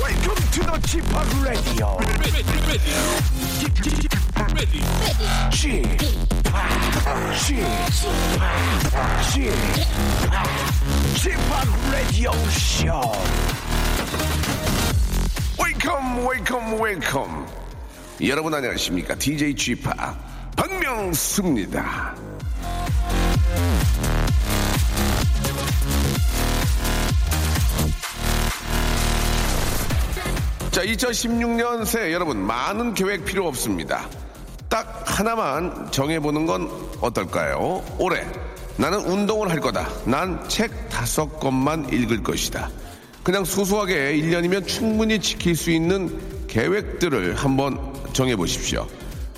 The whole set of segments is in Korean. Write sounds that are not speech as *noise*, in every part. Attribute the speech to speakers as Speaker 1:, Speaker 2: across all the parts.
Speaker 1: Welcome to the g p o p Radio. g p o p g p o p Radio Show. Welcome, welcome, welcome. 여러분 안녕하십니까? DJ g p o p 박명수입니다. 자, 2016년 새해 여러분 많은 계획 필요 없습니다. 딱 하나만 정해보는 건 어떨까요? 올해 나는 운동을 할 거다. 난 책 다섯 권만 읽을 것이다. 그냥 소소하게 1년이면 충분히 지킬 수 있는 계획들을 한번 정해보십시오.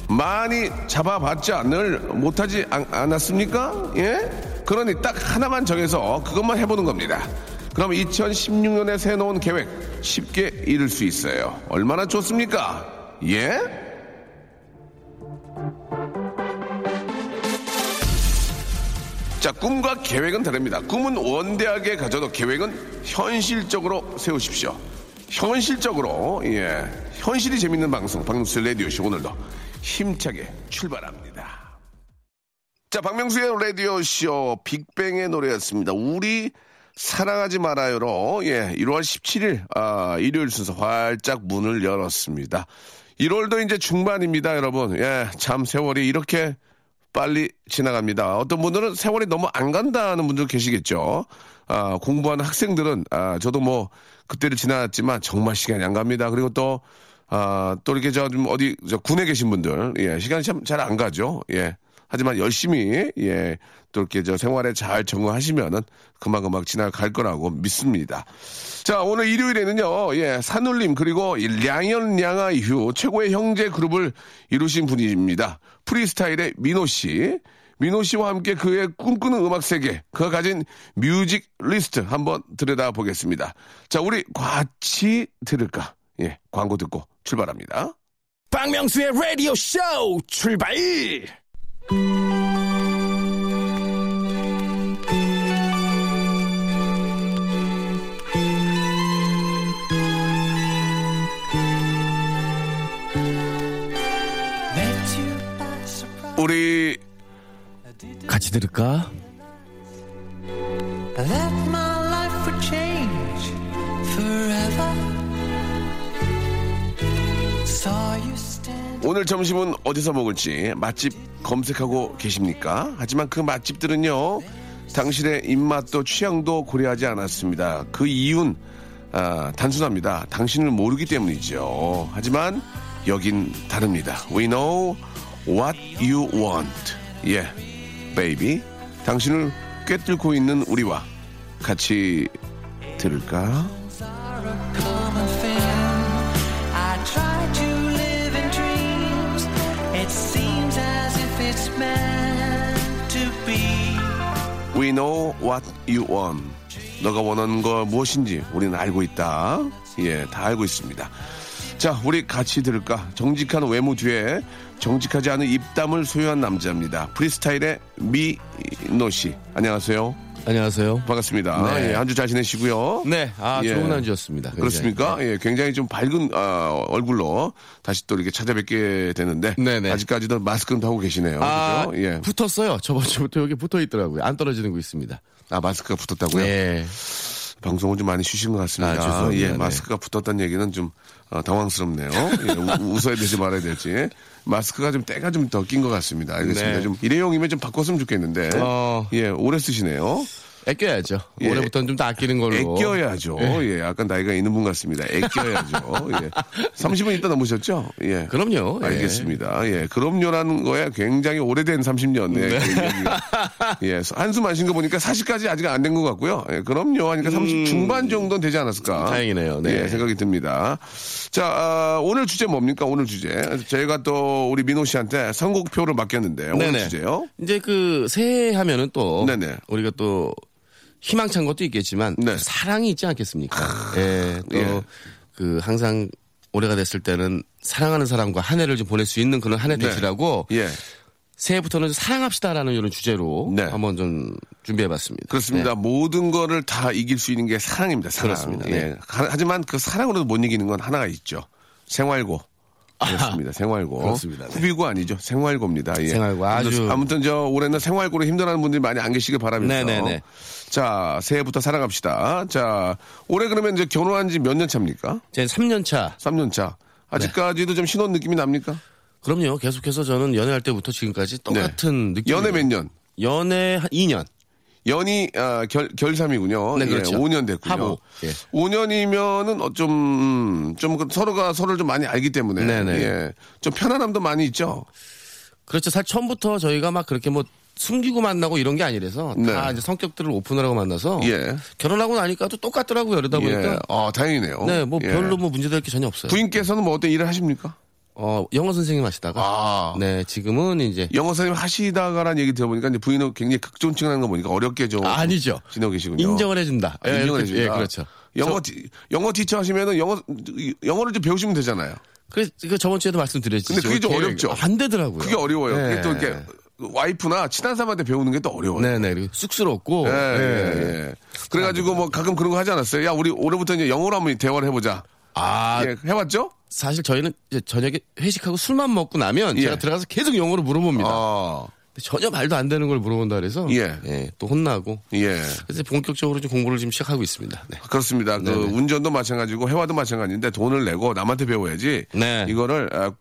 Speaker 1: 많이 잡아봤자 늘 못하지 않, 않았습니까? 예? 그러니 딱 하나만 정해서 그것만 해보는 겁니다. 그럼 2016년에 세놓은 계획 쉽게 이룰 수 있어요. 얼마나 좋습니까? 예? 자, 꿈과 계획은 다릅니다. 꿈은 원대하게 가져도 계획은 현실적으로 세우십시오. 현실적으로, 예. 현실이 재밌는 방송, 박명수 레디오쇼 오늘도 힘차게 출발합니다. 자, 박명수의 라디오쇼 빅뱅의 노래였습니다. 우리 사랑하지 말아요로 예, 1월 17일 아, 일요일 순서 활짝 문을 열었습니다. 1월도 이제 중반입니다, 여러분. 예, 참 세월이 이렇게 빨리 지나갑니다. 어떤 분들은 세월이 너무 안 간다 하는 분들 계시겠죠. 아, 공부하는 학생들은 아, 저도 뭐 그때를 지나갔지만 정말 시간이 안 갑니다. 그리고 또 아, 또 이렇게 저 좀 어디 저 군에 계신 분들 예, 시간이 참 잘 안 가죠. 예. 하지만 열심히 예, 또 이렇게 저 생활에 잘 적응하시면은 금방금방 지나갈 거라고 믿습니다. 자, 오늘 일요일에는요. 예, 산울림 그리고 이 량현 량아 이후 최고의 형제 그룹을 이루신 분입니다. 프리스타일의 민호 씨. 민호 씨와 함께 그의 꿈꾸는 음악 세계, 그가 가진 뮤직 리스트 한번 들여다 보겠습니다. 자, 우리 같이 들을까? 예, 광고 듣고 출발합니다.
Speaker 2: 박명수의 라디오 쇼 출발!
Speaker 1: 우리
Speaker 2: 같이 들을까?
Speaker 3: That my life would change forever. Saw you stand.
Speaker 1: 오늘 점심은 어디서 먹을지 맛집 검색하고 계십니까? 하지만 그 맛집들은요, 당신의 입맛도 취향도 고려하지 않았습니다. 그 이유는 아, 단순합니다. 당신을 모르기 때문이죠. 하지만 여긴 다릅니다. We know what you want. 예, baby. 당신을 꿰뚫고 있는 우리와 같이 들을까?
Speaker 3: Common thing. I try to live in dreams. It seems as if it's meant to be.
Speaker 1: We know what you want. 너가 원하는 거 무엇인지 우리는 알고 있다. 예, 다 알고 있습니다. 자, 우리 같이 들을까? 정직한 외모 뒤에 정직하지 않은 입담을 소유한 남자입니다. 프리스타일의 미노 씨. 안녕하세요.
Speaker 4: 안녕하세요.
Speaker 1: 반갑습니다.
Speaker 4: 네.
Speaker 1: 예, 한 주 잘 지내시고요.
Speaker 4: 네, 아
Speaker 1: 예.
Speaker 4: 좋은 한 주였습니다. 굉장히.
Speaker 1: 그렇습니까? 예, 굉장히 좀 밝은 아, 얼굴로 다시 또 이렇게 찾아뵙게 되는데
Speaker 4: 네네.
Speaker 1: 아직까지도 마스크는 하고 계시네요.
Speaker 4: 아,
Speaker 1: 그죠? 예.
Speaker 4: 붙었어요. 저번 주부터 여기 붙어 있더라고요. 안 떨어지는 거 있습니다.
Speaker 1: 아, 마스크가 붙었다고요?
Speaker 4: 네.
Speaker 1: 방송은 좀 많이 쉬신 것 같습니다.
Speaker 4: 아, 죄송합니다.
Speaker 1: 예,
Speaker 4: 네.
Speaker 1: 마스크가 붙었다는 얘기는 좀 어, 당황스럽네요. 예, 우- 웃어야 될지 말아야 될지. 마스크가 좀 때가 좀 더 낀 것 같습니다. 알겠습니다.
Speaker 4: 네.
Speaker 1: 좀 일회용이면 좀 바꿨으면 좋겠는데.
Speaker 4: 어.
Speaker 1: 예, 오래 쓰시네요.
Speaker 4: 아껴야죠.
Speaker 1: 예.
Speaker 4: 올해부터는 좀 더 아끼는 걸로. 네.
Speaker 1: 애껴야죠. 예, 약간 나이가 있는 분 같습니다. 애껴야죠.
Speaker 4: *laughs*
Speaker 1: 예. 30분 있다 넘으셨죠? 예.
Speaker 4: 그럼요. 예.
Speaker 1: 알겠습니다. 예. 그럼요라는 거에 굉장히 오래된 30년.
Speaker 4: 네.
Speaker 1: 예. 그 얘기가. 예. 한숨 마신 거 보니까 40까지 아직 안 된 것 같고요. 예. 그럼요 하니까 30 중반 정도는 되지 않았을까.
Speaker 4: 음. 다행이네요. 네.
Speaker 1: 예, 생각이 듭니다. 자, 아, 오늘 주제 뭡니까? 오늘 주제. 저희가 또 우리 민호 씨한테 선곡표를 맡겼는데 오늘
Speaker 4: 네네.
Speaker 1: 주제요.
Speaker 4: 이제 그 새해 하면은 또
Speaker 1: 네네.
Speaker 4: 우리가 또 희망찬 것도 있겠지만
Speaker 1: 네.
Speaker 4: 또 사랑이 있지 않겠습니까? 예. 또 그
Speaker 1: 예.
Speaker 4: 항상 올해가 됐을 때는 사랑하는 사람과 한 해를 좀 보낼 수 있는 그런 한 해 되시라고
Speaker 1: 예.
Speaker 4: 새해부터는 사랑합시다라는 이런 주제로
Speaker 1: 네.
Speaker 4: 한번 좀 준비해봤습니다. 네.
Speaker 1: 그렇습니다. 모든 거를 다 이길 수 있는 게 사랑입니다. 사랑.
Speaker 4: 그렇습니다.
Speaker 1: 예.
Speaker 4: 네.
Speaker 1: 하- 하지만 그 사랑으로도 못 이기는 건 하나가 있죠. 생활고. 그렇습니다. 생활고.
Speaker 4: 그렇습니다. 네.
Speaker 1: 후비고 아니죠. 생활고입니다. 예.
Speaker 4: 생활고 아주-
Speaker 1: 아무튼- 아무튼 저 올해는 생활고로 힘들어하는 분들이 많이 안 계시길 바라면서.
Speaker 4: 네네네.
Speaker 1: 자, 새해부터 살아갑시다. 자, 올해 그러면 이제 결혼한 지 몇 년 차입니까?
Speaker 4: 제 3년 차.
Speaker 1: 3년 차. 아직까지도 좀 신혼 느낌이 납니까?
Speaker 4: 그럼요. 계속해서 저는 연애할 때부터 지금까지 똑같은 느낌.
Speaker 1: 네. 연애 몇 년?
Speaker 4: 연애 한 2년.
Speaker 1: 연이 아, 결 결삼이군요.
Speaker 4: 네, 그렇죠.
Speaker 1: 5년 됐군요.
Speaker 4: 하보. 예.
Speaker 1: 5년이면은 어, 음, 좀좀 그 서로가 서로를 좀 많이 알기 때문에
Speaker 4: 네네.
Speaker 1: 예. 좀 편안함도 많이 있죠.
Speaker 4: 그렇죠. 사실 처음부터 저희가 막 그렇게 뭐 숨기고 만나고 이런 게 아니라서 다
Speaker 1: 네.
Speaker 4: 이제 성격들을 오픈하라고 만나서
Speaker 1: 예.
Speaker 4: 결혼하고 나니까 또 똑같더라고요. 이러다
Speaker 1: 예.
Speaker 4: 보니까
Speaker 1: 아 다행이네요.
Speaker 4: 네, 뭐
Speaker 1: 예.
Speaker 4: 별로 뭐 문제될 게 전혀 없어요.
Speaker 1: 부인께서는 뭐 어떤 일을 하십니까?
Speaker 4: 어, 영어 선생님 하시다가
Speaker 1: 아.
Speaker 4: 네, 지금은 이제
Speaker 1: 영어 선생님 하시다가라는 얘기 들어보니까 이제 부인은 굉장히 극존칭하는 거 보니까 어렵게 좀
Speaker 4: 아니죠.
Speaker 1: 지내고 계시군요.
Speaker 4: 인정을 해 준다.
Speaker 1: 아, 인정을 해준다.
Speaker 4: 예, 그렇죠.
Speaker 1: 영어 티, 영어 티처 하시면은 영어 영어를 좀 배우시면 되잖아요.
Speaker 4: 그래서 그 저번 주에도 말씀드렸지.
Speaker 1: 근데 그게 좀
Speaker 4: 계획이
Speaker 1: 어렵죠.
Speaker 4: 안 되더라고요. 네.
Speaker 1: 그게 어려워요. 그게 또 이렇게 와이프나 친한 사람한테 배우는 게 또 어려워요.
Speaker 4: 네네. 그리고 쑥스럽고.
Speaker 1: 예,
Speaker 4: 예.
Speaker 1: 예, 예. 그래가지고 뭐 가끔 그런 거 하지 않았어요? 야, 우리 올해부터 이제 영어로 한번 대화를 해보자.
Speaker 4: 아,
Speaker 1: 예, 해봤죠?
Speaker 4: 사실 저희는 이제 저녁에 회식하고 술만 먹고 나면
Speaker 1: 예.
Speaker 4: 제가 들어가서 계속 영어로 물어봅니다.
Speaker 1: 아,
Speaker 4: 근데 전혀 말도 안 되는 걸 물어본다 그래서
Speaker 1: 예.
Speaker 4: 또 혼나고
Speaker 1: 예.
Speaker 4: 그래서 본격적으로 좀 공부를 지금 시작하고 있습니다. 네.
Speaker 1: 그렇습니다. 그 운전도 마찬가지고 회화도 마찬가지인데 돈을 내고 남한테 배워야지.
Speaker 4: 네.
Speaker 1: 이거를 아,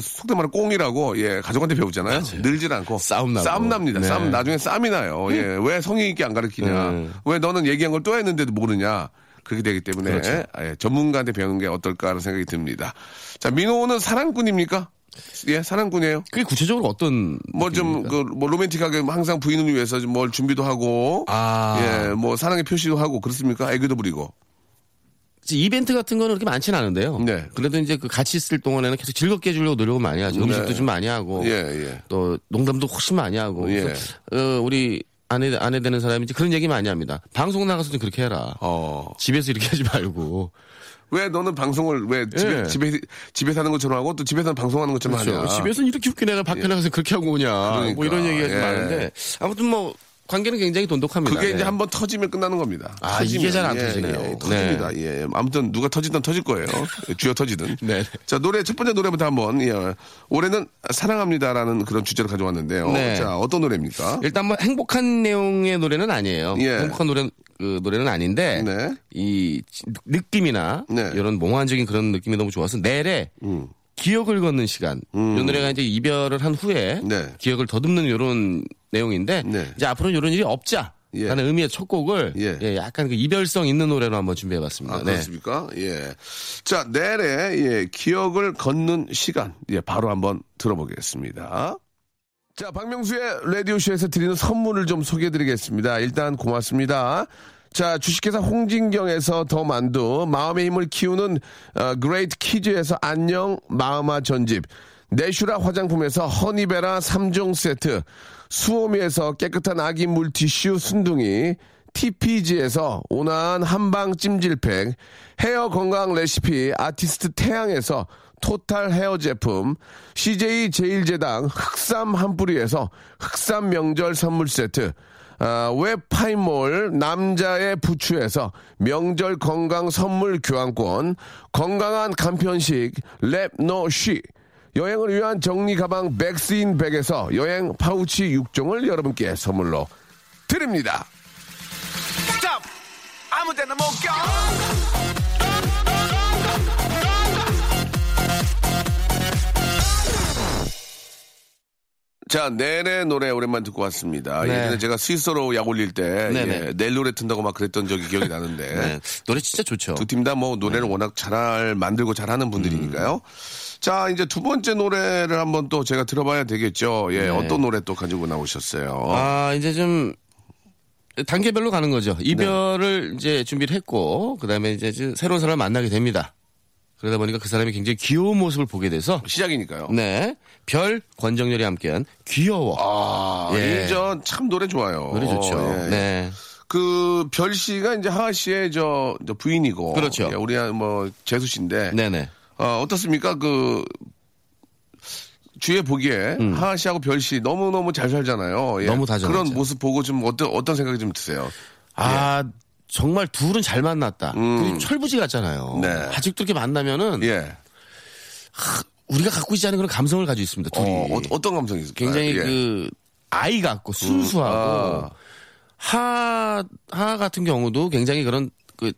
Speaker 1: 속된 말로 꽁이라고 예 가족한테 배우잖아요. 늘질 않고
Speaker 4: 싸움 나고.
Speaker 1: 싸움 납니다.
Speaker 4: 네.
Speaker 1: 싸움 나중에 싸움이 나요. 예. 왜 성의 있게 안 가르치냐?
Speaker 4: 음.
Speaker 1: 왜 너는 얘기한 걸 또 했는데도 모르냐? 그렇게 되기 때문에
Speaker 4: 그렇죠.
Speaker 1: 아, 예, 전문가한테 배우는 게 어떨까라는 생각이 듭니다. 자, 민호는 사랑꾼입니까? 예, 사랑꾼이에요.
Speaker 4: 그게 구체적으로 어떤
Speaker 1: 뭐 좀 그 뭐 로맨틱하게 항상 부인을 위해서 좀 뭘 준비도 하고
Speaker 4: 아.
Speaker 1: 예 뭐 사랑의 표시도 하고 그렇습니까 애교도 부리고
Speaker 4: 이제 이벤트 같은 거는 그렇게 많지는 않은데요.
Speaker 1: 네.
Speaker 4: 그래도 이제 그 같이 있을 동안에는 계속 즐겁게 해주려고 노력을 많이 하죠. 음식도 좀 많이 하고
Speaker 1: 예, 예.
Speaker 4: 또 농담도 훨씬 많이 하고
Speaker 1: 예.
Speaker 4: 그래서, 어, 우리 아내 아내 되는 사람이 이제 그런 얘기 많이 합니다. 방송 나가서 좀 그렇게 해라.
Speaker 1: 어왜
Speaker 4: 집에서 이렇게 하지 말고
Speaker 1: 너는 방송을 왜 집에
Speaker 4: 예. 그렇죠.
Speaker 1: 집에 집에 사는 것처럼 하고 또 집에서는 방송하는 것처럼 하냐
Speaker 4: 집에서는 이렇게 웃긴 애가 밖에 나가서 그렇게 하고 오냐.
Speaker 1: 그렇죠. 아. 예. 그러니까,
Speaker 4: 뭐 이런 얘기가
Speaker 1: 예.
Speaker 4: 좀 많은데 아무튼 뭐 관계는 굉장히 돈독합니다.
Speaker 1: 그게
Speaker 4: 네.
Speaker 1: 이제 한번 터지면 끝나는 겁니다.
Speaker 4: 아, 이게 잘안 터지네요.
Speaker 1: 예, 터집니다. 예. 아무튼 누가 터지든 터질
Speaker 4: *laughs*
Speaker 1: 거예요. 쥐어 터지든.
Speaker 4: 네.
Speaker 1: 자, 노래 첫 번째 노래부터 한번 예. 올해는 사랑합니다라는 그런 주제를 가져왔는데요.
Speaker 4: 네.
Speaker 1: 자, 어떤 노래입니까?
Speaker 4: 일단 뭐 행복한 내용의 노래는 아니에요.
Speaker 1: 예.
Speaker 4: 행복한 노래 그 노래는 아닌데
Speaker 1: 네.
Speaker 4: 이 지- 느낌이나
Speaker 1: 네.
Speaker 4: 이런 몽환적인 그런 느낌이 너무 좋아서 내래
Speaker 1: 음.
Speaker 4: 기억을 걷는 시간. 이 노래가 이제 이별을 한 후에
Speaker 1: 네.
Speaker 4: 기억을 더듬는 이런 내용인데
Speaker 1: 네.
Speaker 4: 이제 앞으로 는 이런 일이 없자.
Speaker 1: 예.
Speaker 4: 라는 의미의 첫 곡을
Speaker 1: 예.
Speaker 4: 예, 약간 그 이별성 있는 노래로 한번 준비해봤습니다. 네.
Speaker 1: 아, 그렇습니까? 예. 자, 내래, 예, 기억을 걷는 시간. 예, 바로 한번 들어보겠습니다. 자, 박명수의 라디오쇼에서 드리는 선물을 좀 소개해 드리겠습니다. 일단 고맙습니다. 자, 주식회사 홍진경에서 더 만두, 마음의 힘을 키우는 어, 그레이트 키즈에서 안녕 마음아 전집, 내슈라 화장품에서 허니베라 3종 세트, 수오미에서 깨끗한 아기 물티슈 순둥이, TPG에서 온화한 한방 찜질팩, 헤어 건강 레시피 아티스트 태양에서 토탈 헤어 제품, CJ 제일제당 흑삼 한 뿌리에서 흑삼 명절 선물 세트, 아, 웹파이몰 남자의 부추에서 명절 건강 선물 교환권, 건강한 간편식 랩노쉬, 여행을 위한 정리 가방 백스인 백에서 여행 파우치 6종을 여러분께 선물로 드립니다. 자, 넬의 노래 오랜만 듣고 왔습니다.
Speaker 4: 네.
Speaker 1: 예전에 제가 스위스로 약 올릴 때,
Speaker 4: 네네.
Speaker 1: 예, 넬 노래 튼다고 막 그랬던 적이 기억이 나는데,
Speaker 4: *laughs* 네. 노래 진짜 좋죠.
Speaker 1: 두 팀 다 뭐 노래를 워낙 잘 만들고 잘하는 분들이니까요.
Speaker 4: 음.
Speaker 1: 자, 이제 두 번째 노래를 한번 또 제가 들어봐야 되겠죠. 예, 어떤 노래 또 가지고 나오셨어요?
Speaker 4: 네. 아, 이제 좀 단계별로 가는 거죠.
Speaker 1: 네.
Speaker 4: 이별을 이제 준비를 했고, 그 다음에 이제 지- 새로운 사람을 만나게 됩니다. 그러다 보니까 그 사람이 굉장히 귀여운 모습을 보게 돼서,
Speaker 1: 시작이니까요.
Speaker 4: 네. 별, 권정열이 함께한 귀여워.
Speaker 1: 아,
Speaker 4: 예.
Speaker 1: 이전 참 노래 좋아요.
Speaker 4: 노래 좋죠.
Speaker 1: 예, 예.
Speaker 4: 네.
Speaker 1: 그, 별 씨가 이제 하하 씨의 저, 저 부인이고.
Speaker 4: 그렇죠.
Speaker 1: 예, 우리 한 뭐, 재수 씨인데.
Speaker 4: 네네.
Speaker 1: 어, 어떻습니까? 그, 주위에 보기에 하하 씨하고 별 씨 너무너무 잘 살잖아요. 예.
Speaker 4: 음. 너무 다 잘
Speaker 1: 그런
Speaker 4: 살죠.
Speaker 1: 모습 보고 좀 어떤, 어떤 생각이 좀 드세요?
Speaker 4: 아,
Speaker 1: 예.
Speaker 4: 정말 둘은 잘 만났다. 둘이 철부지 같잖아요.
Speaker 1: 음. 네.
Speaker 4: 아직도 이렇게 만나면은
Speaker 1: 예.
Speaker 4: 우리가 갖고 있지 않은 그런 감성을 가지고 있습니다. 둘이.
Speaker 1: 어, 어, 떤 감성이 있을까요?
Speaker 4: 굉장히
Speaker 1: 예.
Speaker 4: 그 아이 같고 순수하고
Speaker 1: 아.
Speaker 4: 하, 하 같은 경우도 굉장히 그런 그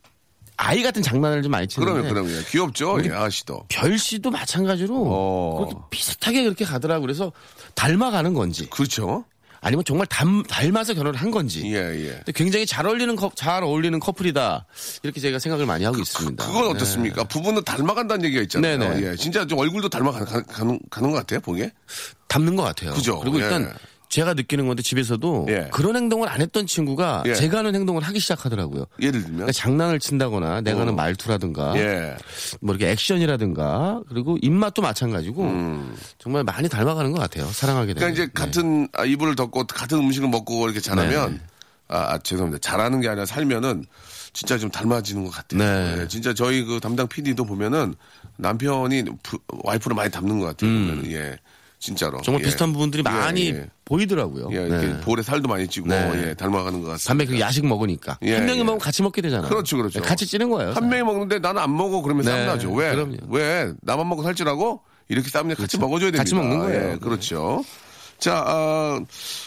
Speaker 4: 아이 같은 장난을 좀 많이 치는데
Speaker 1: 그러면, 그러면. 예. 귀엽죠? 예, 하하 씨도.
Speaker 4: 별 씨도 마찬가지로
Speaker 1: 어.
Speaker 4: 그렇게 비슷하게 그렇게 가더라고 그래서 닮아가는 건지
Speaker 1: 그렇죠?
Speaker 4: 아니면 정말 닮, 닮아서 결혼을 한 건지
Speaker 1: 예, 예.
Speaker 4: 근데 굉장히 잘 어울리는 커- 잘 어울리는 커플이다 이렇게 제가 생각을 많이 하고 있습니다. 네.
Speaker 1: 그건 어떻습니까? 부부는 닮아간다는 얘기가 있잖아요.
Speaker 4: 네네.
Speaker 1: 예, 진짜 좀 얼굴도 닮아가는 가는, 가는 것 같아요, 보기에.
Speaker 4: 닮는 것 같아요.
Speaker 1: 그죠?
Speaker 4: 리고
Speaker 1: 예.
Speaker 4: 일단 제가 느끼는 건데 집에서도
Speaker 1: 예.
Speaker 4: 그런 행동을 안 했던 친구가
Speaker 1: 예.
Speaker 4: 제가 하는 행동을 하기 시작하더라고요.
Speaker 1: 예를 들면.
Speaker 4: 그러니까 장난을 친다거나 내가 하는 말투라든가
Speaker 1: 예.
Speaker 4: 뭐 이렇게 액션이라든가 그리고 입맛도 마찬가지고 정말 많이 닮아가는 것 같아요. 사랑하게 되는.
Speaker 1: 그러니까 이제
Speaker 4: 네.
Speaker 1: 같은 아, 이불을 덮고 같은 음식을 먹고 이렇게 잘하면
Speaker 4: 네.
Speaker 1: 아, 아, 죄송합니다. 잘하는 게 아니라 살면은 진짜 좀 닮아지는 것 같아요.
Speaker 4: 네.
Speaker 1: 예, 진짜 저희 그 담당 PD도 보면은 남편이 부- 와이프를 많이 닮는 것 같아요. 보면은. 예. 진짜로.
Speaker 4: 음. 정말
Speaker 1: 예.
Speaker 4: 비슷한 부분들이
Speaker 1: 예,
Speaker 4: 많이
Speaker 1: 예.
Speaker 4: 보이더라고요.
Speaker 1: 예,
Speaker 4: 네.
Speaker 1: 이렇게 볼에 살도 많이 찌고
Speaker 4: 네.
Speaker 1: 예, 닮아가는 것 같습니다.
Speaker 4: 담배 그 야식 먹으니까
Speaker 1: 예,
Speaker 4: 한 명이
Speaker 1: 예.
Speaker 4: 먹으면 같이 먹게 되잖아요. 네,
Speaker 1: 그렇죠, 그렇죠.
Speaker 4: 같이 찌는 거예요.
Speaker 1: 한 명이 먹는데 나는 안 먹어 그러면
Speaker 4: 네,
Speaker 1: 싸움 나죠. 왜?
Speaker 4: 그럼요. 그렇죠.
Speaker 1: 왜? 나만 먹고 살줄 알고 이렇게 싸움이 같이 먹어줘야 됩니다.
Speaker 4: 같이 먹는 거예요. 네.
Speaker 1: 예, 그렇죠. 자, 아,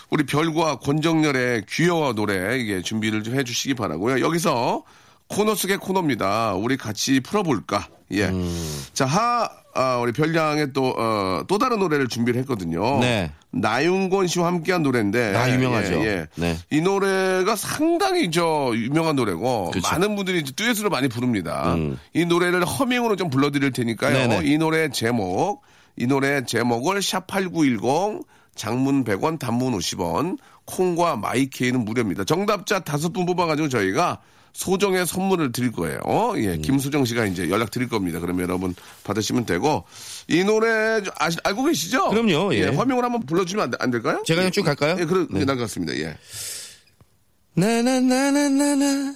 Speaker 1: 우리 별과 권정열의 귀여워 노래 이게 준비를 좀 해주시기 바라고요. 여기서 코너 속의 코너입니다. 우리 같이 풀어볼까? 예.
Speaker 4: 음.
Speaker 1: 자, 하 아, 우리 별양의 또또 다른 노래를 준비를 했거든요.
Speaker 4: 네.
Speaker 1: 나윤권 씨와 함께한 노래인데
Speaker 4: 아, 유명하죠.
Speaker 1: 예, 예.
Speaker 4: 네.
Speaker 1: 이 노래가 상당히 저 유명한 노래고
Speaker 4: 그쵸.
Speaker 1: 많은 분들이 이제 듀엣으로 많이 부릅니다. 이 노래를 허밍으로 좀 불러드릴 테니까요.
Speaker 4: 음. 네네.
Speaker 1: 이 노래 제목, 이 노래 제목을 샵8910 장문 100원, 단문 50원, 콩과 마이케이는 무료입니다. 정답자 다섯 분 뽑아가지고 저희가 소정의 선물을 드릴 거예요. 어? 예,
Speaker 4: 음.
Speaker 1: 김소정 씨가 이제 연락 드릴 겁니다. 그러면 여러분 받으시면 되고 이 노래 아, 알고 계시죠?
Speaker 4: 그럼요, 예.
Speaker 1: 화명을 한번 불러주면 안, 안 될까요?
Speaker 4: 제가 그냥 쭉 갈까요? 네.
Speaker 1: 예, 그런 게 나을 것 같습니다. 예.
Speaker 4: 나나나나나나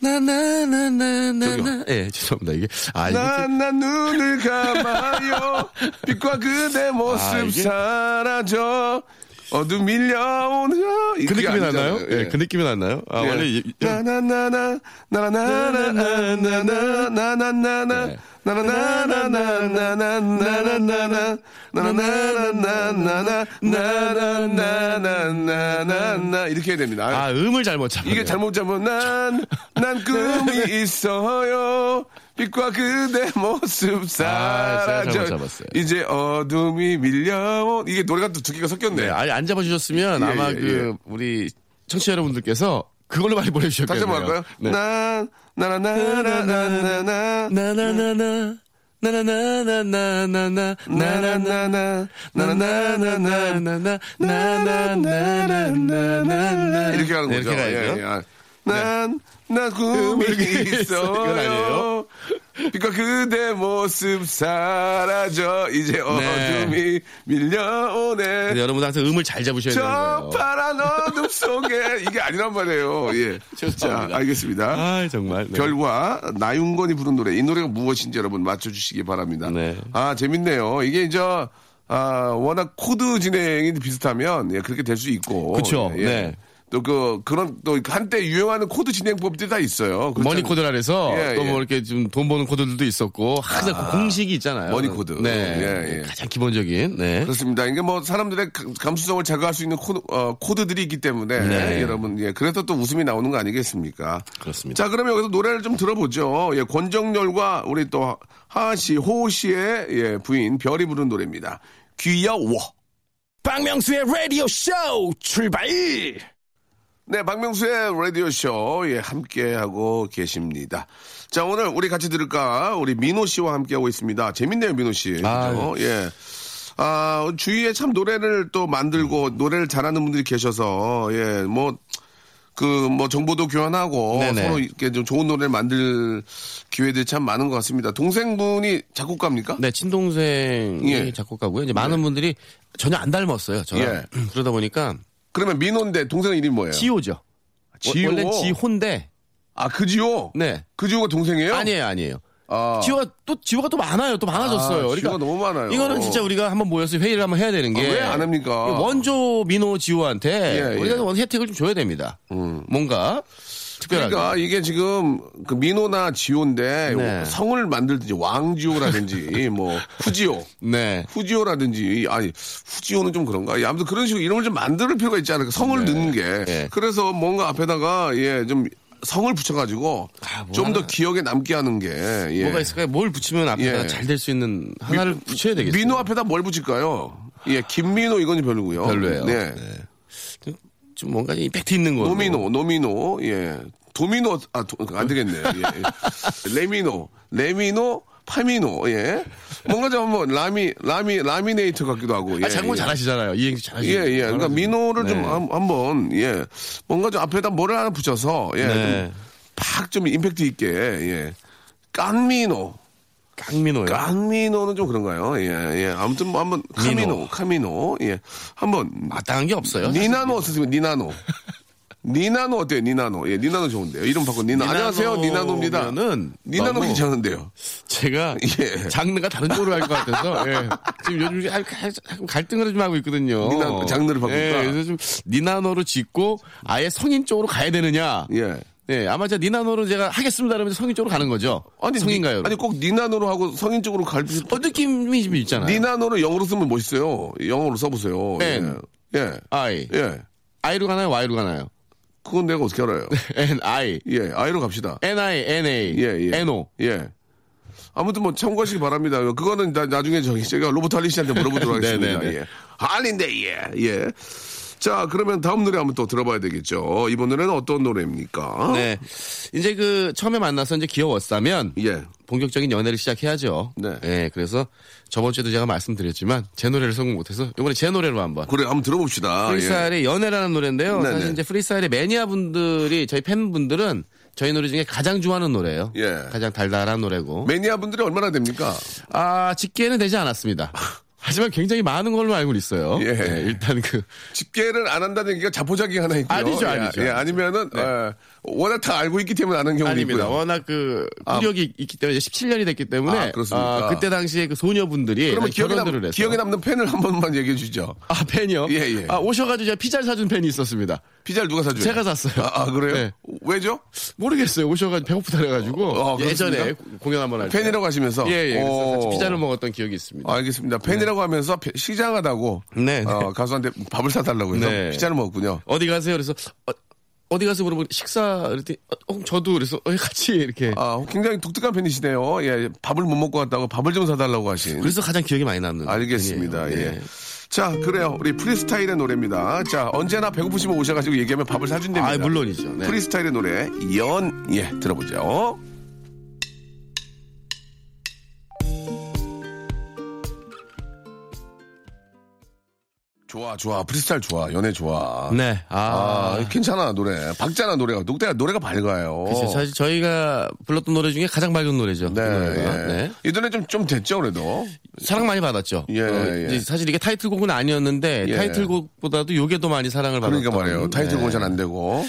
Speaker 4: 나나나나나
Speaker 1: 저기요.
Speaker 4: 예 죄송합니다 이게 아 이게
Speaker 1: 난 나 눈을 감아요 빛과 그대 모습
Speaker 4: 아, 이게?
Speaker 1: 사라져 어둠 밀려오는
Speaker 4: 그 느낌이 나나요? 예, 그 느낌이 나나요? 아
Speaker 1: 네.
Speaker 4: 원래 이- 이-
Speaker 1: 나나나나 나나나나나나나나나나나나 나나나나나나나나나나나나나나나나나나나나나나 이렇게 해야 됩니다.
Speaker 4: 아 음을 잘못 잡아
Speaker 1: 이게 잘못 잡으면 난, 난 꿈이 있어요. 빛과 그대 모습
Speaker 4: 아, 제가 잘못
Speaker 1: 사라져.
Speaker 4: 잡았어요.
Speaker 1: 이제 어둠이 밀려온. 이게 노래가 또 두 개가 섞였네.
Speaker 4: 네, 아니 안 잡아주셨으면
Speaker 1: 예,
Speaker 4: 아마
Speaker 1: 예,
Speaker 4: 그 우리 청취자 여러분들께서 그걸로 많이
Speaker 1: 다시
Speaker 4: 보내주셨겠네요.
Speaker 1: 한번 할까요?
Speaker 4: 네.
Speaker 1: 난, 나나나나나나.
Speaker 4: 나나나나 나나나나나나나 나나나
Speaker 1: 나나나나. 나나나나.
Speaker 4: 나나나나나나 나나나나나나
Speaker 1: 이렇게 하는
Speaker 4: 네,
Speaker 1: 거죠.
Speaker 4: 이렇게 가야죠.
Speaker 1: 예,
Speaker 4: 네.
Speaker 1: 예. 아, 난, 난 꿈이
Speaker 4: 꿈이 이건
Speaker 1: 있어요.
Speaker 4: 아니에요.
Speaker 1: 빛과 그대 모습 사라져.
Speaker 4: 네.
Speaker 1: 이제 어둠이 밀려오네.
Speaker 4: 근데 여러분 항상 음을 잘 잡으셔야 되는
Speaker 1: 저
Speaker 4: 거예요.
Speaker 1: 파란 어둠 속에 이게 아니란 말이에요. 예.
Speaker 4: *laughs* 죄송합니다.
Speaker 1: 자, 알겠습니다.
Speaker 4: 아 정말 네.
Speaker 1: 별과 나윤건이 부른 노래 이 노래가 무엇인지 여러분 맞춰주시기 바랍니다.
Speaker 4: 네.
Speaker 1: 아 재밌네요. 이게 이제 아, 워낙 코드 진행이 비슷하면 예, 그렇게 될 수 있고.
Speaker 4: 그쵸,
Speaker 1: 예.
Speaker 4: 네.
Speaker 1: 또 그 그런 또 한때 유행하는 코드 진행법들이 다 있어요. 그렇잖아요.
Speaker 4: 머니 코드라 해서
Speaker 1: 그렇죠. 예,
Speaker 4: 또 뭐
Speaker 1: 예.
Speaker 4: 이렇게 좀 돈 버는 코드들도 있었고 항상 그 공식이 있잖아요.
Speaker 1: 머니 코드.
Speaker 4: 네.
Speaker 1: 예, 예.
Speaker 4: 가장 기본적인. 네.
Speaker 1: 그렇습니다. 이게 뭐 사람들의 감- 감수성을 제거할 수 있는 코드, 들이 있기 때문에
Speaker 4: 네.
Speaker 1: 예, 여러분 예 그래서 또 웃음이 나오는 거 아니겠습니까?
Speaker 4: 그렇습니다.
Speaker 1: 자 그러면 여기서 노래를 좀 들어보죠. 예 권정열과 우리 또 하하 씨, 호호 씨의 예 부인 별이 부른 노래입니다. 귀여워.
Speaker 2: 박명수의 라디오 쇼 출발!
Speaker 1: 네, 박명수의 라디오쇼, 예, 함께하고 계십니다. 자, 오늘 우리 같이 들을까? 우리 민호 씨와 함께하고 있습니다. 재밌네요, 민호 씨.
Speaker 4: 아,
Speaker 1: 그죠? 예. 아, 주위에 참 노래를 또 만들고,
Speaker 4: 음.
Speaker 1: 노래를 잘하는 분들이 계셔서, 예, 뭐, 그, 뭐, 정보도 교환하고,
Speaker 4: 네네.
Speaker 1: 서로 이렇게 좀 좋은 노래를 만들 기회들이 참 많은 것 같습니다. 동생분이 작곡가입니까?
Speaker 4: 네, 친동생이
Speaker 1: 예.
Speaker 4: 작곡가고요. 이제 많은 분들이 전혀 안 닮았어요. 저랑. 음, 그러다 보니까
Speaker 1: 그러면 민호인데, 동생 이름이 뭐예요?
Speaker 4: 지호죠. 워-
Speaker 1: 지호?
Speaker 4: 원래 지호인데
Speaker 1: 아, 그지호?
Speaker 4: 네.
Speaker 1: 그 지호가 동생이에요?
Speaker 4: 아니에요, 아니에요.
Speaker 1: 아.
Speaker 4: 지호가 또 지호가 또 많아요. 또 많아졌어요. 그러니까
Speaker 1: 아, 지호가 너무 많아요.
Speaker 4: 이거는 진짜 우리가 한번 모여서 회의를 한번 해야 되는 게
Speaker 1: 아, 왜안 합니까?
Speaker 4: 원조 민호 지호한테
Speaker 1: 예, 예.
Speaker 4: 우리가 원 혜택을 좀 줘야 됩니다. 뭔가 특별하게.
Speaker 1: 그러니까 이게 지금 그 민호나 지호인데
Speaker 4: 네.
Speaker 1: 성을 만들든지
Speaker 4: *laughs*
Speaker 1: 왕지호라든지 뭐 후지호
Speaker 4: 네.
Speaker 1: 후지호라든지 아니 후지호는 좀 그런가 예, 아무튼 그런 식으로 이름을 좀 만들 필요가 있지 않을까 성을 넣는 게
Speaker 4: 네.
Speaker 1: 그래서 뭔가 앞에다가 예 좀 성을 붙여가지고
Speaker 4: 아, 뭐
Speaker 1: 좀 더
Speaker 4: 하나.
Speaker 1: 기억에 남게 하는 게 예.
Speaker 4: 뭐가 있을까요? 뭘 붙이면 앞에다
Speaker 1: 예.
Speaker 4: 잘 될 수 있는 하나를 붙여야 되겠어요.
Speaker 1: 민호 앞에다 뭘 붙일까요? 예 김민호 이건 별로고요
Speaker 4: 별로예요.
Speaker 1: 네.
Speaker 4: 좀- 좀 뭔가 임팩트 있는 거.
Speaker 1: 노미노, 노미노, 예. 도미노, 아, 도, 안 되겠네.
Speaker 4: *laughs*
Speaker 1: 예. 레미노, 레미노, 파미노, 예. 뭔가 좀 뭐, 라미, 라미, 라미네이터 같기도 하고. 예,
Speaker 4: 아, 장군 네.
Speaker 1: 예.
Speaker 4: 잘하시잖아요. 이행시
Speaker 1: 예,
Speaker 4: 잘하시죠.
Speaker 1: 예. 그러니까 민호를 좀 한, 번, 예. 뭔가 좀 앞에다 뭐를 하나 붙여서, 예.
Speaker 4: 네.
Speaker 1: 팍 좀 임팩트 있게, 예. 깐미노.
Speaker 4: 깡민호요.
Speaker 1: 깐미노는 좀 그런가요? 예, 예. 아무튼 뭐 한번, 카미노, 카미노, 예. 한번.
Speaker 4: 마땅한 게 없어요. 사실.
Speaker 1: 니나노 어떻습니까? 니나노. 니나노 어때요? 니나노. 예, 니나노 좋은데요. 이름 바꿔 니나. 노 안녕하세요. 니나노입니다.
Speaker 4: 니나노면은
Speaker 1: 니나노
Speaker 4: 너무-
Speaker 1: 괜찮은데요.
Speaker 4: *laughs* 제가
Speaker 1: 예.
Speaker 4: 장르가 다른 쪽으로 할 것
Speaker 1: *laughs*
Speaker 4: 같아서 예. 지금 요즘 아, 가- 조금 갈등을 좀 하고 있거든요.
Speaker 1: 니나- 장르를 바꿀까?
Speaker 4: 예, 그래서 좀 니나노로 짓고 아예 성인 쪽으로 가야 되느냐. 예.
Speaker 1: 예.
Speaker 4: 아마 제가 니나노로 제가 하겠습니다. 그러면 성인 쪽으로 가는 거죠. 성인가요?
Speaker 1: 니- 아니 꼭 니나노로 하고 성인 쪽으로 갈 필요.
Speaker 4: 어, 느낌이 좀 있잖아요.
Speaker 1: 니나노를 영어로 쓰면 멋있어요. 영어로 써보세요.
Speaker 4: N.
Speaker 1: 예. 예.
Speaker 4: 아이.
Speaker 1: 예.
Speaker 4: 아이로 가나요? Y로 가나요? *laughs*
Speaker 1: 그건 내가 어떻게
Speaker 4: 네.
Speaker 1: 알아요?
Speaker 4: N I
Speaker 1: 예. 아이로 갑시다.
Speaker 4: N I N A
Speaker 1: 예, 예.
Speaker 4: N O
Speaker 1: 예. 아무튼 뭐 참고하시기 바랍니다. 그거는 나, 나중에 저기 제가 로버트 할리 씨한테 물어보도록 하겠습니다.
Speaker 4: *laughs* 네네네.
Speaker 1: 예. 할리인데 예. 예. 자, 그러면 다음 노래 한번 또 들어봐야 되겠죠. 이번 노래는 어떤 노래입니까?
Speaker 4: 네. 이제 그 처음에 만나서 이제 귀여웠다면
Speaker 1: 예.
Speaker 4: 본격적인 연애를 시작해야죠.
Speaker 1: 네.
Speaker 4: 예, 그래서 저번 주에도 제가 말씀드렸지만 제 노래를 성공 못해서 이번에 제 노래로 한번.
Speaker 1: 그래, 한번 들어봅시다. 예.
Speaker 4: 프리스타일의 연애라는 노래인데요.
Speaker 1: 네네.
Speaker 4: 사실 이제 프리스타일의 매니아 분들이 저희 팬분들은 저희 노래 중에 가장 좋아하는 노래예요.
Speaker 1: 예.
Speaker 4: 가장 달달한 노래고.
Speaker 1: 매니아 분들이 얼마나 됩니까?
Speaker 4: 아, 집계는 되지 않았습니다. 하지만 굉장히 많은 걸로 알고 있어요.
Speaker 1: 예.
Speaker 4: 일단 그
Speaker 1: 집계를 안 한다는 얘기가 자포자기 하나 있고요.
Speaker 4: 아니죠,
Speaker 1: 예,
Speaker 4: 아니죠. 네.
Speaker 1: 예, 아니면은 어, 워낙 다 알고 있기 때문에 아는 경우도
Speaker 4: 아닙니다.
Speaker 1: 있고요.
Speaker 4: 워낙 그 구력이 있기 때문에 17년이 됐기 때문에
Speaker 1: 아, 그렇습니까?
Speaker 4: 아, 그때 당시에 그 소녀분들이
Speaker 1: 그러면 기억에,
Speaker 4: 결혼들을
Speaker 1: 남,
Speaker 4: 해서
Speaker 1: 기억에 남는 팬을 한 번만 얘기해 주죠.
Speaker 4: 아 팬이요?
Speaker 1: 예, 예.
Speaker 4: 아 오셔가지고 제가 피자를 사준 팬이 있었습니다.
Speaker 1: 피자를 누가 사줘요?
Speaker 4: 제가 샀어요.
Speaker 1: 아, 아, 그래요?
Speaker 4: 네.
Speaker 1: 왜죠?
Speaker 4: 모르겠어요. 오셔가지고 배고프다 그래가지고
Speaker 1: 어, 어,
Speaker 4: 예전에
Speaker 1: 그렇습니까?
Speaker 4: 고- 공연 한번 할 때.
Speaker 1: 팬이라고 하시면서
Speaker 4: 아,
Speaker 1: 어. 아,
Speaker 4: 예예.
Speaker 1: 오.
Speaker 4: 피자를 먹었던 기억이 있습니다.
Speaker 1: 알겠습니다. 팬이라고 하면서 피- 시장하다고
Speaker 4: 네, 네.
Speaker 1: 어, 가수한테 밥을 사달라고 해서
Speaker 4: 네.
Speaker 1: 피자를 먹었군요.
Speaker 4: 어디 가세요? 그래서 어, 디 가서 물어보니 식사 이랬더니 어, 어, 저도 그래서 어, 같이 이렇게
Speaker 1: 아, 굉장히 독특한 팬이시네요. 예, 밥을 못 먹고 왔다고 밥을 좀 사달라고 하신.
Speaker 4: 그래서 가장 기억이 많이 남는.
Speaker 1: 네. 알겠습니다.
Speaker 4: 팬이에요.
Speaker 1: 예.
Speaker 4: 네.
Speaker 1: 자, 그래요. 우리 프리스타일의 노래입니다. 자, 언제나 배고프시면 오셔가지고 얘기하면 밥을 사준답니다.
Speaker 4: 아 물론이죠. 네.
Speaker 1: 예. 프리스타일의 노래 연, 예, 들어보죠. 좋아, 좋아. 프리스타일 좋아. 연애 좋아.
Speaker 4: 네. 아.
Speaker 1: 아, 괜찮아, 노래. 박자나 노래가. 녹대가 노래가 밝아요.
Speaker 4: 그래서 사실 저희가 불렀던 노래 중에 가장 밝은 노래죠.
Speaker 1: 어. 네,
Speaker 4: 이 노래가.
Speaker 1: 예.
Speaker 4: 네.
Speaker 1: 이 노래 좀, 좀 됐죠, 그래도.
Speaker 4: 사랑 많이 받았죠. 어,
Speaker 1: 예, 예.
Speaker 4: 이제 사실 이게 타이틀곡은 아니었는데
Speaker 1: 예.
Speaker 4: 타이틀곡보다도 요게 더 많이 사랑을 받았다. 네.
Speaker 1: 그러니까 말이에요. 타이틀곡은 잘 안 되고.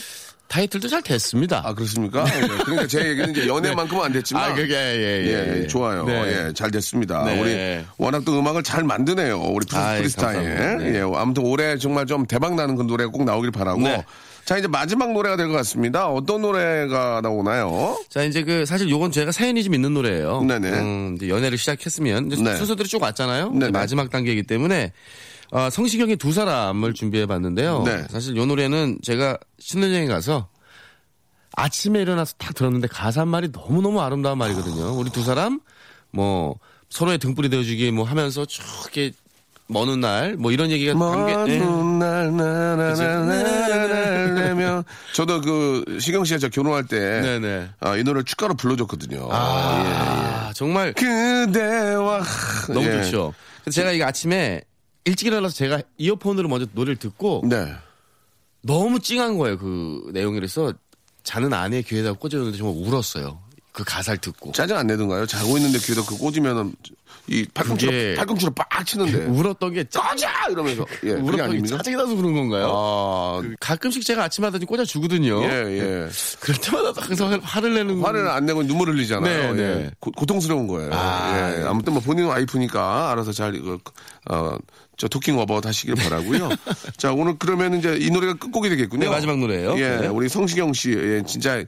Speaker 4: 타이틀도 잘 됐습니다.
Speaker 1: 아, 그렇습니까? 예, 그러니까 제 얘기는 이제 연애만큼은 안 됐지만.
Speaker 4: 아, 그게, 예, 예,
Speaker 1: 예,
Speaker 4: 예.
Speaker 1: 좋아요.
Speaker 4: 네.
Speaker 1: 예, 잘 됐습니다.
Speaker 4: 네.
Speaker 1: 우리 워낙 또 음악을 잘 만드네요. 우리 프리,
Speaker 4: 아이,
Speaker 1: 프리스타일.
Speaker 4: 감사합니다. 네.
Speaker 1: 예, 아무튼 올해 정말 좀 대박 나는 그 노래 꼭 나오길 바라고.
Speaker 4: 네.
Speaker 1: 자, 이제 마지막 노래가 될 것 같습니다. 어떤 노래가 나오나요?
Speaker 4: 자 이제 그 사실 요건 제가 사연이 좀 있는 노래예요.
Speaker 1: 네네.
Speaker 4: 음, 이제 연애를 시작했으면 이제
Speaker 1: 네.
Speaker 4: 순서들이 쭉 왔잖아요. 이제
Speaker 1: 네네.
Speaker 4: 마지막 단계이기 때문에 아, 성시경의 두 사람을 준비해봤는데요.
Speaker 1: 네.
Speaker 4: 사실 요 노래는 제가 신혼여행 가서 아침에 일어나서 딱 들었는데 가사 말이 너무 너무 아름다운 말이거든요. 우리 두 사람 뭐 서로의 등불이 되어주기 뭐 하면서 쭉 이렇게 먼 훗날 뭐 이런 얘기가 관계- 예.
Speaker 1: 나나나나나나며 저도 그 시경 씨가 저 결혼할 때
Speaker 4: 네네.
Speaker 1: 아, 이 노래를 축가로 불러줬거든요.
Speaker 4: 아 정말
Speaker 1: 예, 예. 그대와
Speaker 4: 너무
Speaker 1: 예.
Speaker 4: 좋죠. 그래서 제가 이거 아침에 일찍 일어나서 제가 이어폰으로 먼저 노래를 듣고
Speaker 1: 네.
Speaker 4: 너무 찡한 거예요 그 내용이라서 자는 아내의 귀에다 꽂아줬는데 정말 울었어요. 그 가사를 듣고
Speaker 1: 짜증 안 내던가요? 자고 있는데 귀에다 그 꽂으면은 이 팔꿈치로
Speaker 4: 그게-
Speaker 1: 팔꿈치로 빡 치는데
Speaker 4: 울었던 게 짜-
Speaker 1: 꺼져 이러면서 예, 그게
Speaker 4: 울었던 게
Speaker 1: 아닙니까?
Speaker 4: 짜증이 나서 그런 건가요?
Speaker 1: 아,
Speaker 4: 가끔씩 제가 아침마다 좀 꽂아주거든요.
Speaker 1: 예, 예.
Speaker 4: 그럴 때마다 항상 화- 화를 내는
Speaker 1: 화를 안 내고 눈물 을 흘리잖아요.
Speaker 4: 네,
Speaker 1: 예.
Speaker 4: 네.
Speaker 1: 고, 통스러운 거예요. 아, 예. 아무튼 뭐 본인 와이프니까 알아서 잘 이거 어, 저 토킹 어바웃 하시길
Speaker 4: *laughs*
Speaker 1: 바라고요. 자, 오늘 그러면 이제 이 노래가 끝곡이 되겠군요.
Speaker 4: 네, 마지막 노래예요.
Speaker 1: 예,
Speaker 4: 네.
Speaker 1: 우리 성시경 씨, 예, 진짜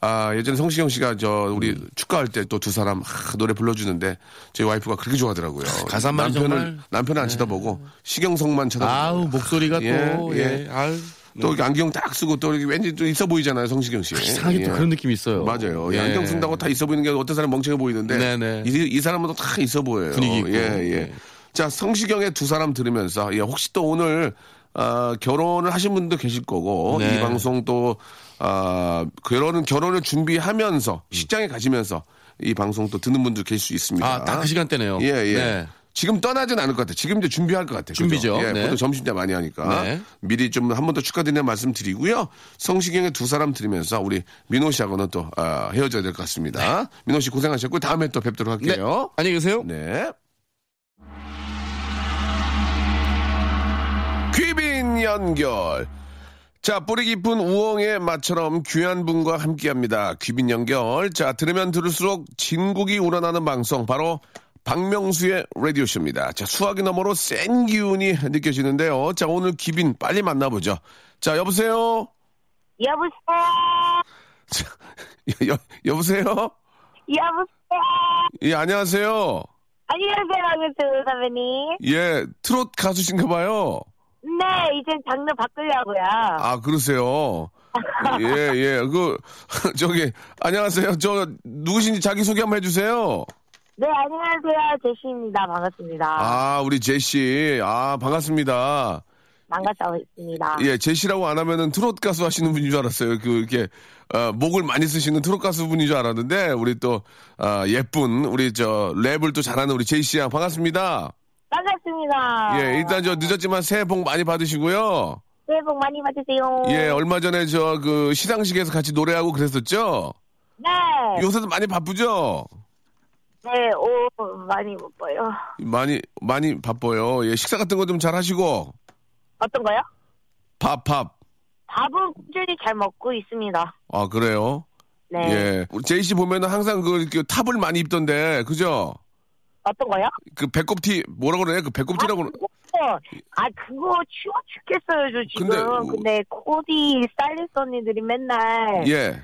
Speaker 1: 아 예전에 성시경 씨가 저 우리
Speaker 4: 음.
Speaker 1: 축가할 때 또 두 사람 하, 노래 불러주는데 저희 와이프가 그렇게 좋아하더라고요.
Speaker 4: 가사 말이
Speaker 1: 남편을
Speaker 4: 정말- 네.
Speaker 1: 남편을 안 쳐다보고 시경성만 쳐다보고.
Speaker 4: 아우 목소리가 또
Speaker 1: 예,
Speaker 4: 예.
Speaker 1: 예.
Speaker 4: 아유
Speaker 1: 또 이렇게 안경 딱 쓰고 또 이렇게 왠지 또 있어 보이잖아요, 성시경 씨.
Speaker 4: 이상하게 또
Speaker 1: 예.
Speaker 4: 그런 느낌이 있어요.
Speaker 1: 맞아요.
Speaker 4: 예.
Speaker 1: 예. 안경 쓴다고 다 있어 보이는 게 어떤 사람 멍청해 보이는데
Speaker 4: 네네.
Speaker 1: 이, 이 사람은 또 다 있어 보여요.
Speaker 4: 분위기 있고.
Speaker 1: 예, 예. 자, 성시경의 두 사람 들으면서 예, 혹시 또 오늘 아, 결혼을 하신 분도 계실 거고
Speaker 4: 네.
Speaker 1: 이 방송 또 아, 결혼은 결혼을 준비하면서
Speaker 4: 음.
Speaker 1: 식장에 가시면서 이 방송 또 듣는 분도 계실 수 있습니다.
Speaker 4: 아, 딱 그 시간대네요.
Speaker 1: 예, 예.
Speaker 4: 네.
Speaker 1: 지금 떠나진 않을 것 같아요. 지금 이제 준비할 것 같아요. 그죠?
Speaker 4: 준비죠.
Speaker 1: 예,
Speaker 4: 네.
Speaker 1: 보통 점심때 많이 하니까.
Speaker 4: 네.
Speaker 1: 미리 좀 한 번 더 축하드리는 말씀 드리고요. 성시경의 두 사람 들으면서 우리 민호 씨하고는 또 아, 헤어져야 될 것 같습니다. 민호 씨 고생하셨고 다음에 또 뵙도록
Speaker 4: 네.
Speaker 1: 할게요.
Speaker 4: 안녕히 계세요.
Speaker 1: 네. 귀빈 연결. 자, 뿌리 깊은 우엉의 맛처럼 귀한 분과 함께 합니다. 귀빈 연결. 자, 들으면 들을수록 진국이 우러나는 방송. 바로 박명수의 라디오쇼입니다. 자, 수학의 너머로 센 기운이 느껴지는데요. 자, 오늘 귀빈 빨리 만나보죠. 자, 여보세요?
Speaker 5: 여보세요?
Speaker 1: 자, *laughs* 여, 여보세요?
Speaker 5: 여보세요?
Speaker 1: 예, 안녕하세요.
Speaker 5: 안녕하세요, 박명수 선배님.
Speaker 1: 예, 트롯 가수신가 봐요.
Speaker 5: 네, 이제 장르 바꾸려고요.
Speaker 1: 아, 그러세요. 예, 예. 그, *laughs* 저기, 안녕하세요. 저, 누구신지 자기소개 한번 해주세요.
Speaker 5: 네, 안녕하세요. 제시입니다. 반갑습니다.
Speaker 1: 아, 우리 제시. 아, 반갑습니다.
Speaker 5: 반갑다고 했습니다.
Speaker 1: 예, 제시라고 안 하면은 트롯 가수 하시는 분인 줄 알았어요. 그, 이렇게, 어, 목을 많이 쓰시는 트롯 가수 분인 줄 알았는데, 우리 또, 아, 예쁜, 우리 저, 랩을 또 잘하는 우리 제시양. 반갑습니다.
Speaker 5: 반갑습니다.
Speaker 1: 예, 일단 저, 늦었지만 새해 복 많이 받으시고요.
Speaker 5: 새해 복 많이 받으세요.
Speaker 1: 예, 얼마 전에 저, 그, 시상식에서 같이 노래하고 그랬었죠?
Speaker 5: 네.
Speaker 1: 요새도 많이 바쁘죠?
Speaker 5: 네, 오, 많이 못 봐요.
Speaker 1: 많이 많이 바빠요. 예, 식사 같은 거 좀 잘 하시고
Speaker 5: 어떤 거요?
Speaker 1: 밥 밥.
Speaker 5: 밥은 꾸준히 잘 먹고 있습니다.
Speaker 1: 아 그래요?
Speaker 5: 네.
Speaker 1: 예. 우리 제이 씨 보면은 항상 그, 그 탑을 많이 입던데 그죠?
Speaker 5: 어떤 거요?
Speaker 1: 그 배꼽 티 뭐라 그래? 그 배꼽 티라고 그러-
Speaker 5: 그거, 아, 그거 추워 죽겠어요, 저 지금.
Speaker 1: 근데- 뭐
Speaker 5: 근데, 코디, 스타일리스트 언니들이 맨날.
Speaker 1: 예.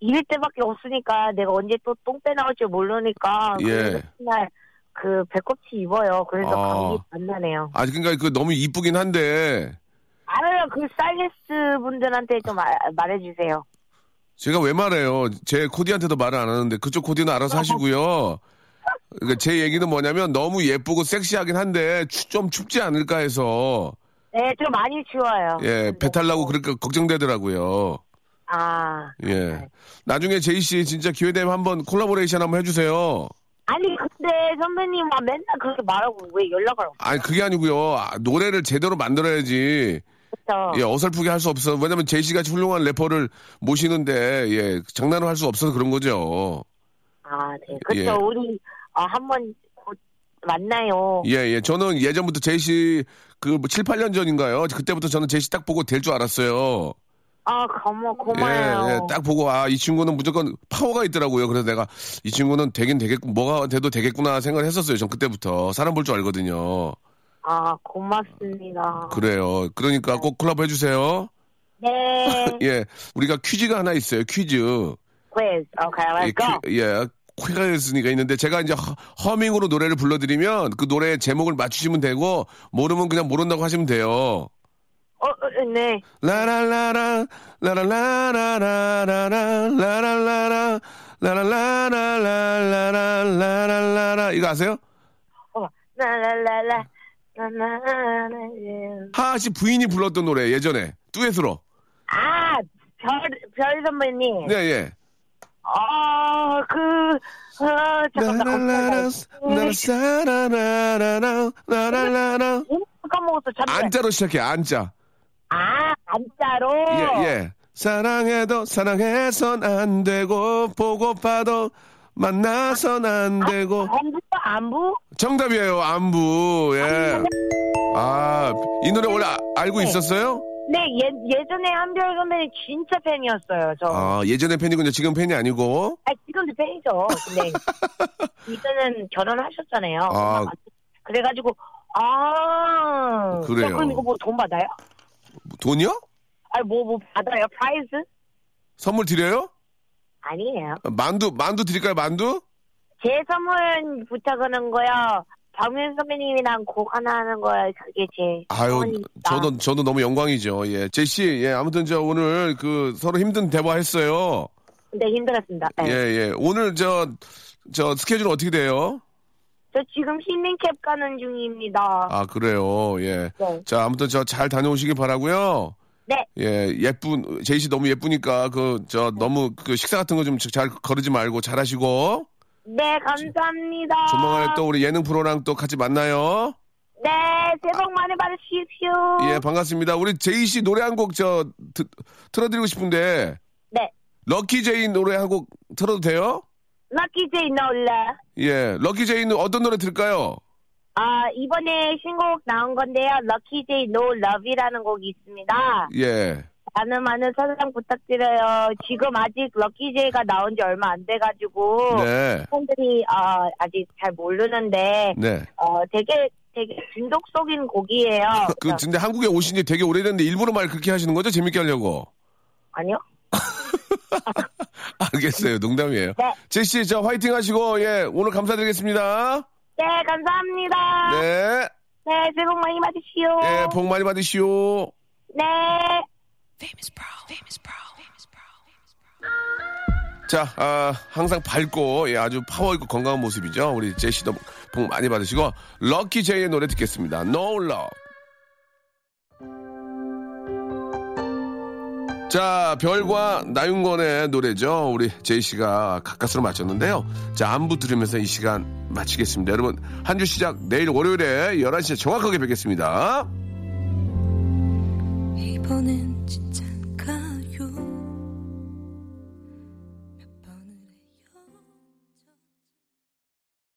Speaker 5: 이럴 때밖에 없으니까 내가 언제 또 똥배 나올지 모르니까
Speaker 1: 예.
Speaker 5: 그래서 맨날 그 배꼽치 입어요. 그래서
Speaker 1: 아.
Speaker 5: 감기 안 나네요.
Speaker 1: 아 그러니까 그 너무 이쁘긴 한데
Speaker 5: 알아요. 그 스타일리스트 분들한테 좀 아- 말해주세요.
Speaker 1: 제가 왜 말해요? 제 코디한테도 말을 안 하는데 그쪽 코디는 알아서 하시고요. 그러니까 제 얘기는 뭐냐면 너무 예쁘고 섹시하긴 한데 추- 좀 춥지 않을까 해서
Speaker 5: 네, 좀 많이 추워요.
Speaker 1: 예 배탈 나고 그러니까 걱정되더라고요.
Speaker 5: 아,
Speaker 1: 예. 나중에 제이 씨 진짜 기회 되면 한번 콜라보레이션 한번 해주세요.
Speaker 5: 아니 근데 선배님은 맨날 그렇게 말하고 왜 연락을
Speaker 1: 아니 그게 아니고요. 아, 노래를 제대로 만들어야지.
Speaker 5: 없죠?
Speaker 1: 예, 어설프게 할 수 없어. 왜냐면 제이 씨 같이 훌륭한 래퍼를 모시는데 예, 장난으로 할 수 없어서 그런 거죠.
Speaker 5: 아, 네, 그렇죠.
Speaker 1: 예.
Speaker 5: 우리 아, 한번 곧 만나요.
Speaker 1: 예, 예. 저는 예전부터 제이 씨그 7, 8년 전인가요? 그때부터 저는 제이 씨 딱 보고 될 줄 알았어요.
Speaker 5: 아, 고마
Speaker 1: 예,
Speaker 5: 고마요.
Speaker 1: 예, 딱 보고 아 이 친구는 무조건 파워가 있더라고요. 그래서 내가 이 친구는 되긴 되겠고 뭐가 돼도 되겠구나 생각을 했었어요. 전 그때부터 사람 볼 줄 알거든요.
Speaker 5: 아, 고맙습니다.
Speaker 1: 그래요. 그러니까 꼭 콜라보 해주세요.
Speaker 5: 네,
Speaker 1: *laughs* 예, 우리가 퀴즈가 하나 있어요. 퀴즈.
Speaker 5: quiz. Okay,
Speaker 1: 예,
Speaker 5: let's go.
Speaker 1: 퀴, 예, 퀴즈가 있는데 제가 이제 허- 허밍으로 노래를 불러드리면 그 노래 제목을 맞추시면 되고 모르면 그냥 모른다고 하시면 돼요.
Speaker 5: 어, 어, 네.
Speaker 1: 라라라라 라라라라라라라 라라라라 라라라라라라라라라 이거 아세요?
Speaker 5: 어머. 라라라라 나나나는
Speaker 1: 하하 씨 부인이 불렀던 노래 예전에 듀엣으로.
Speaker 5: 아, 별, 별 선배님.
Speaker 1: 네 예.
Speaker 5: 어, 그, 어, 잠깐만.
Speaker 1: 나라라라, 사라라라라, 나라라라.
Speaker 5: 네. 음, 까먹었어, 잠깐.
Speaker 1: 안자로 시작해 안자.
Speaker 5: 아, 안자로?
Speaker 1: 예, 예. 사랑해도 사랑해선 안 되고 보고파도 만나선 안 되고
Speaker 5: 아, 안부, 안부?
Speaker 1: 정답이에요 안부 예. 아 이 노래 원래 아- 알고 있었어요?
Speaker 5: 네, 예, 예전에 한별 선배님 진짜 팬이었어요, 저.
Speaker 1: 아 예전에 팬이군요 지금 팬이 아니고
Speaker 5: 아, 지금도 팬이죠. 근데
Speaker 1: *laughs*
Speaker 5: 이제는 결혼하셨잖아요.
Speaker 1: 아.
Speaker 5: 그래가지고 아
Speaker 1: 그래요.
Speaker 5: 그럼 이거 뭐 돈 받아요?
Speaker 1: 돈이요?
Speaker 5: 아니 뭐 뭐 받아요? 프라이즈?
Speaker 1: 선물 드려요?
Speaker 5: 아니에요.
Speaker 1: 만두 만두 드릴까요 만두?
Speaker 5: 제 선물 부탁하는 거요. 박민 선배님이랑 곡 하나 하는 거요. 그게 제
Speaker 1: 아유
Speaker 5: 선물입니다.
Speaker 1: 저도 저도 너무 영광이죠 예 제시 예 아무튼 저 오늘 그 서로 힘든 대화했어요
Speaker 5: 네 힘들었습니다. 네.
Speaker 1: 예예 오늘 저 저 스케줄 어떻게 돼요?
Speaker 5: 저 지금 힐링캡 가는 중입니다.
Speaker 1: 아 그래요 예.
Speaker 5: 네.
Speaker 1: 자 아무튼 저 잘 다녀오시기 바라고요.
Speaker 5: 네.
Speaker 1: 예 예쁜 제이 씨 너무 예쁘니까 그 저 너무 그 식사 같은 거 좀 잘 거르지 말고 잘하시고
Speaker 5: 네 감사합니다.
Speaker 1: 조만간에 또 우리 예능 프로랑 또 같이 만나요.
Speaker 5: 네 새해 복 많이 받으십시오.
Speaker 1: 예 반갑습니다. 우리 제이 씨 노래 한 곡 저 틀어드리고 싶은데
Speaker 5: 네
Speaker 1: 럭키 제이 노래 한 곡 틀어도 돼요?
Speaker 5: 럭키 제이 놀라.
Speaker 1: 예 럭키 제이는 어떤 노래 들을까요?
Speaker 5: 아, 이번에 신곡 나온 건데요. 럭키제이 노 러비라는 곡이 있습니다.
Speaker 1: 예.
Speaker 5: 많은 많은 사랑 부탁드려요. 지금 아직 럭키제이가 나온 지 얼마 안 돼가지고
Speaker 1: 네.
Speaker 5: 팬들이 어, 아직 잘 모르는데
Speaker 1: 네.
Speaker 5: 어, 되게 되게 중독적인 곡이에요. 그러니까
Speaker 1: 그
Speaker 5: 그래서-
Speaker 1: 근데 한국에 오신 지 되게 오래됐는데 일부러 말 그렇게 하시는 거죠? 재밌게 하려고. *laughs*
Speaker 5: 아니요?
Speaker 1: 알겠어요. 농담이에요.
Speaker 5: 네.
Speaker 1: 제시, 저 화이팅 하시고, 예, 오늘 감사드리겠습니다.
Speaker 5: 네, 감사합니다. 네,
Speaker 1: 네.
Speaker 5: 새해 복 많이 받으시오.
Speaker 1: 예, 복 많이 받으시오.
Speaker 5: 네.
Speaker 1: 자, 아, 항상 밝고, 예, 아주 파워있고 건강한 모습이죠. 우리 제시도 복 많이 받으시고, 럭키 제이의 노래 듣겠습니다. No Love. 자, 별과 나윤건의 노래죠. 우리 제이씨가 가까스로 맞췄는데요. 자, 안부 들으면서 이 시간 마치겠습니다. 여러분, 한 주 시작 내일 월요일에 11시에 정확하게 뵙겠습니다.
Speaker 6: 이번엔 진짜